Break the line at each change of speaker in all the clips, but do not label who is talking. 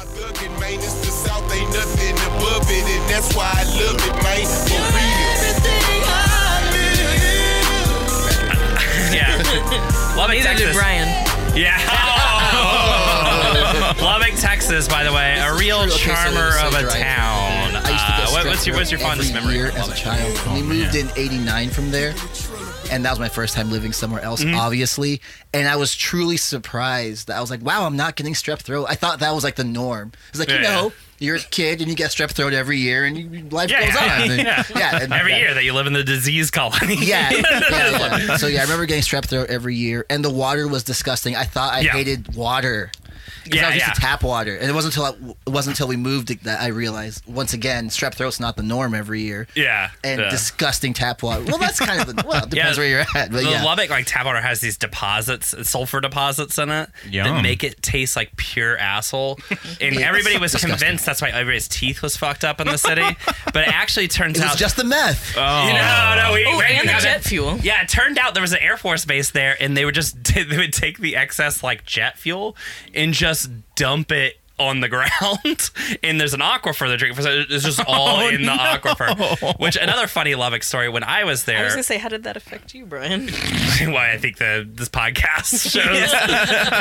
man. It's the South, ain't nothing above it, and that's why I love it, man. For real.
Yeah. Lubbock,
Neither did
Texas.
Brian.
Yeah. Oh. Lubbock, Texas, by the way, a real
Okay, so-
charmer
so
of a
you're right.
town.
I used to
Uh, what-
get strep
what's your what's your
throat
fondest
every
memory?
year
of
as a
Lubbock?
child. we moved in '89 from there, and that was my first time living somewhere else,
Mm-hmm.
obviously. And I was truly surprised. I was like, "Wow, I'm not getting strep throat." I thought that was like the norm. It's like you
Yeah.
know, you're a kid and you get strep throat every year, and you, life
Yeah.
goes on. And,
Yeah.
and
Every
that-
year that you live in the disease colony.
yeah, yeah, yeah. So yeah, I remember getting strep throat every year, and the water was disgusting. I thought I
Yeah.
hated water. 'Cause
Yeah,
I was used
yeah.
to tap water, and it wasn't until I, it wasn't until we moved that I realized once again strep throat's not the norm every year.
Yeah.
and
Yeah.
disgusting tap water. Well, that's kind of the, well it depends where you're at, but
the
yeah,
Lubbock like tap water has these deposits, sulfur deposits in it that
Yum.
make it taste like pure asshole. And
Yeah,
everybody was
disgusting.
convinced that's why everybody's teeth was fucked up in the city, but it actually turns
it
out
was just the meth.
Oh.
You know, no, we,
Oh,
we-
and the
yeah,
jet
they-
fuel.
Yeah, it turned out there was an Air Force base there, and they would just they would take the excess like jet fuel and just dump it on the ground. and there's an aquifer they're drinking, so it's just all in the aquifer. Which another funny Lubbock story. When I was there,
I was gonna say, how did that affect you, Brian?
why I think the this podcast shows.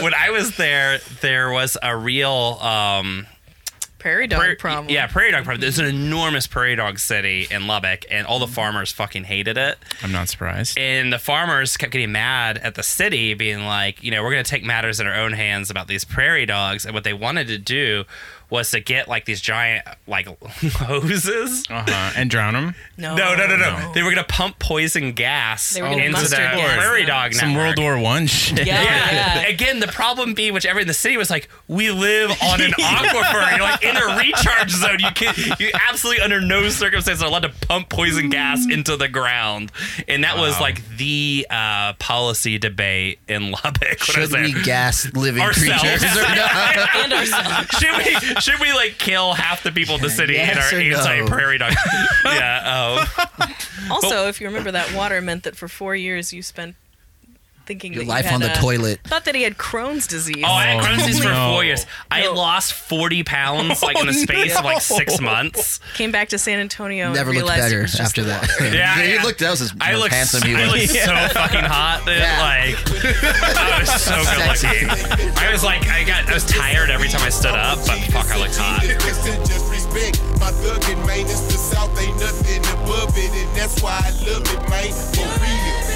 when I was there, there was a real. Um,
Prairie dog
prairie-
problem.
Yeah, prairie dog problem. There's an enormous prairie dog city in Lubbock, and all the farmers fucking hated it.
I'm not surprised.
And the farmers kept getting mad at the city, being like, you know, we're going to take matters in our own hands about these prairie dogs. And what they wanted to do was to get like these giant like hoses.
Uh-huh. And drown them.
No.
No, no, no,
Oh,
no, They were going to pump poison gas
They were gonna
into the
mustard gas.
prairie dog
Some
network.
World War One shit.
Yeah.
Yeah. Again, the problem being, which everyone in the city was like, we live on an aquifer. You're like in a recharge zone. You can't, you absolutely under no circumstances are allowed to pump poison gas into the ground. And that was
Wow.
like the uh, policy debate in Lubbock. when I was
Should
there.
we gas living
Ourselves.
creatures? or not?
And ourselves.
should we should we like kill half the people in the city
Yes or
in
no?
our anti prairie dog? yeah. Oh.
Also, if you remember, that water meant that for four years you spent thinking
Your
that
life
you had
on the
a-
toilet.
Thought that he had Crohn's disease.
Oh, I had
Oh,
Crohn's disease for
no.
four years. I
No.
lost forty pounds like in the space of like six months.
Came back to San Antonio.
Never
and
looked
realized it
better
was just
after
the
that.
water.
Yeah,
he
yeah.
looked. That was his
I
most
look
handsome he
I
was.
look so fucking hot. Dude.
Yeah.
Like I was so good
Sexy.
looking. I was like I got I was tired every time I stood up, but fuck I looked hot.
Just respect my thuggin', man. It's the South, ain't nothing above it, and that's why I love it, man. For real.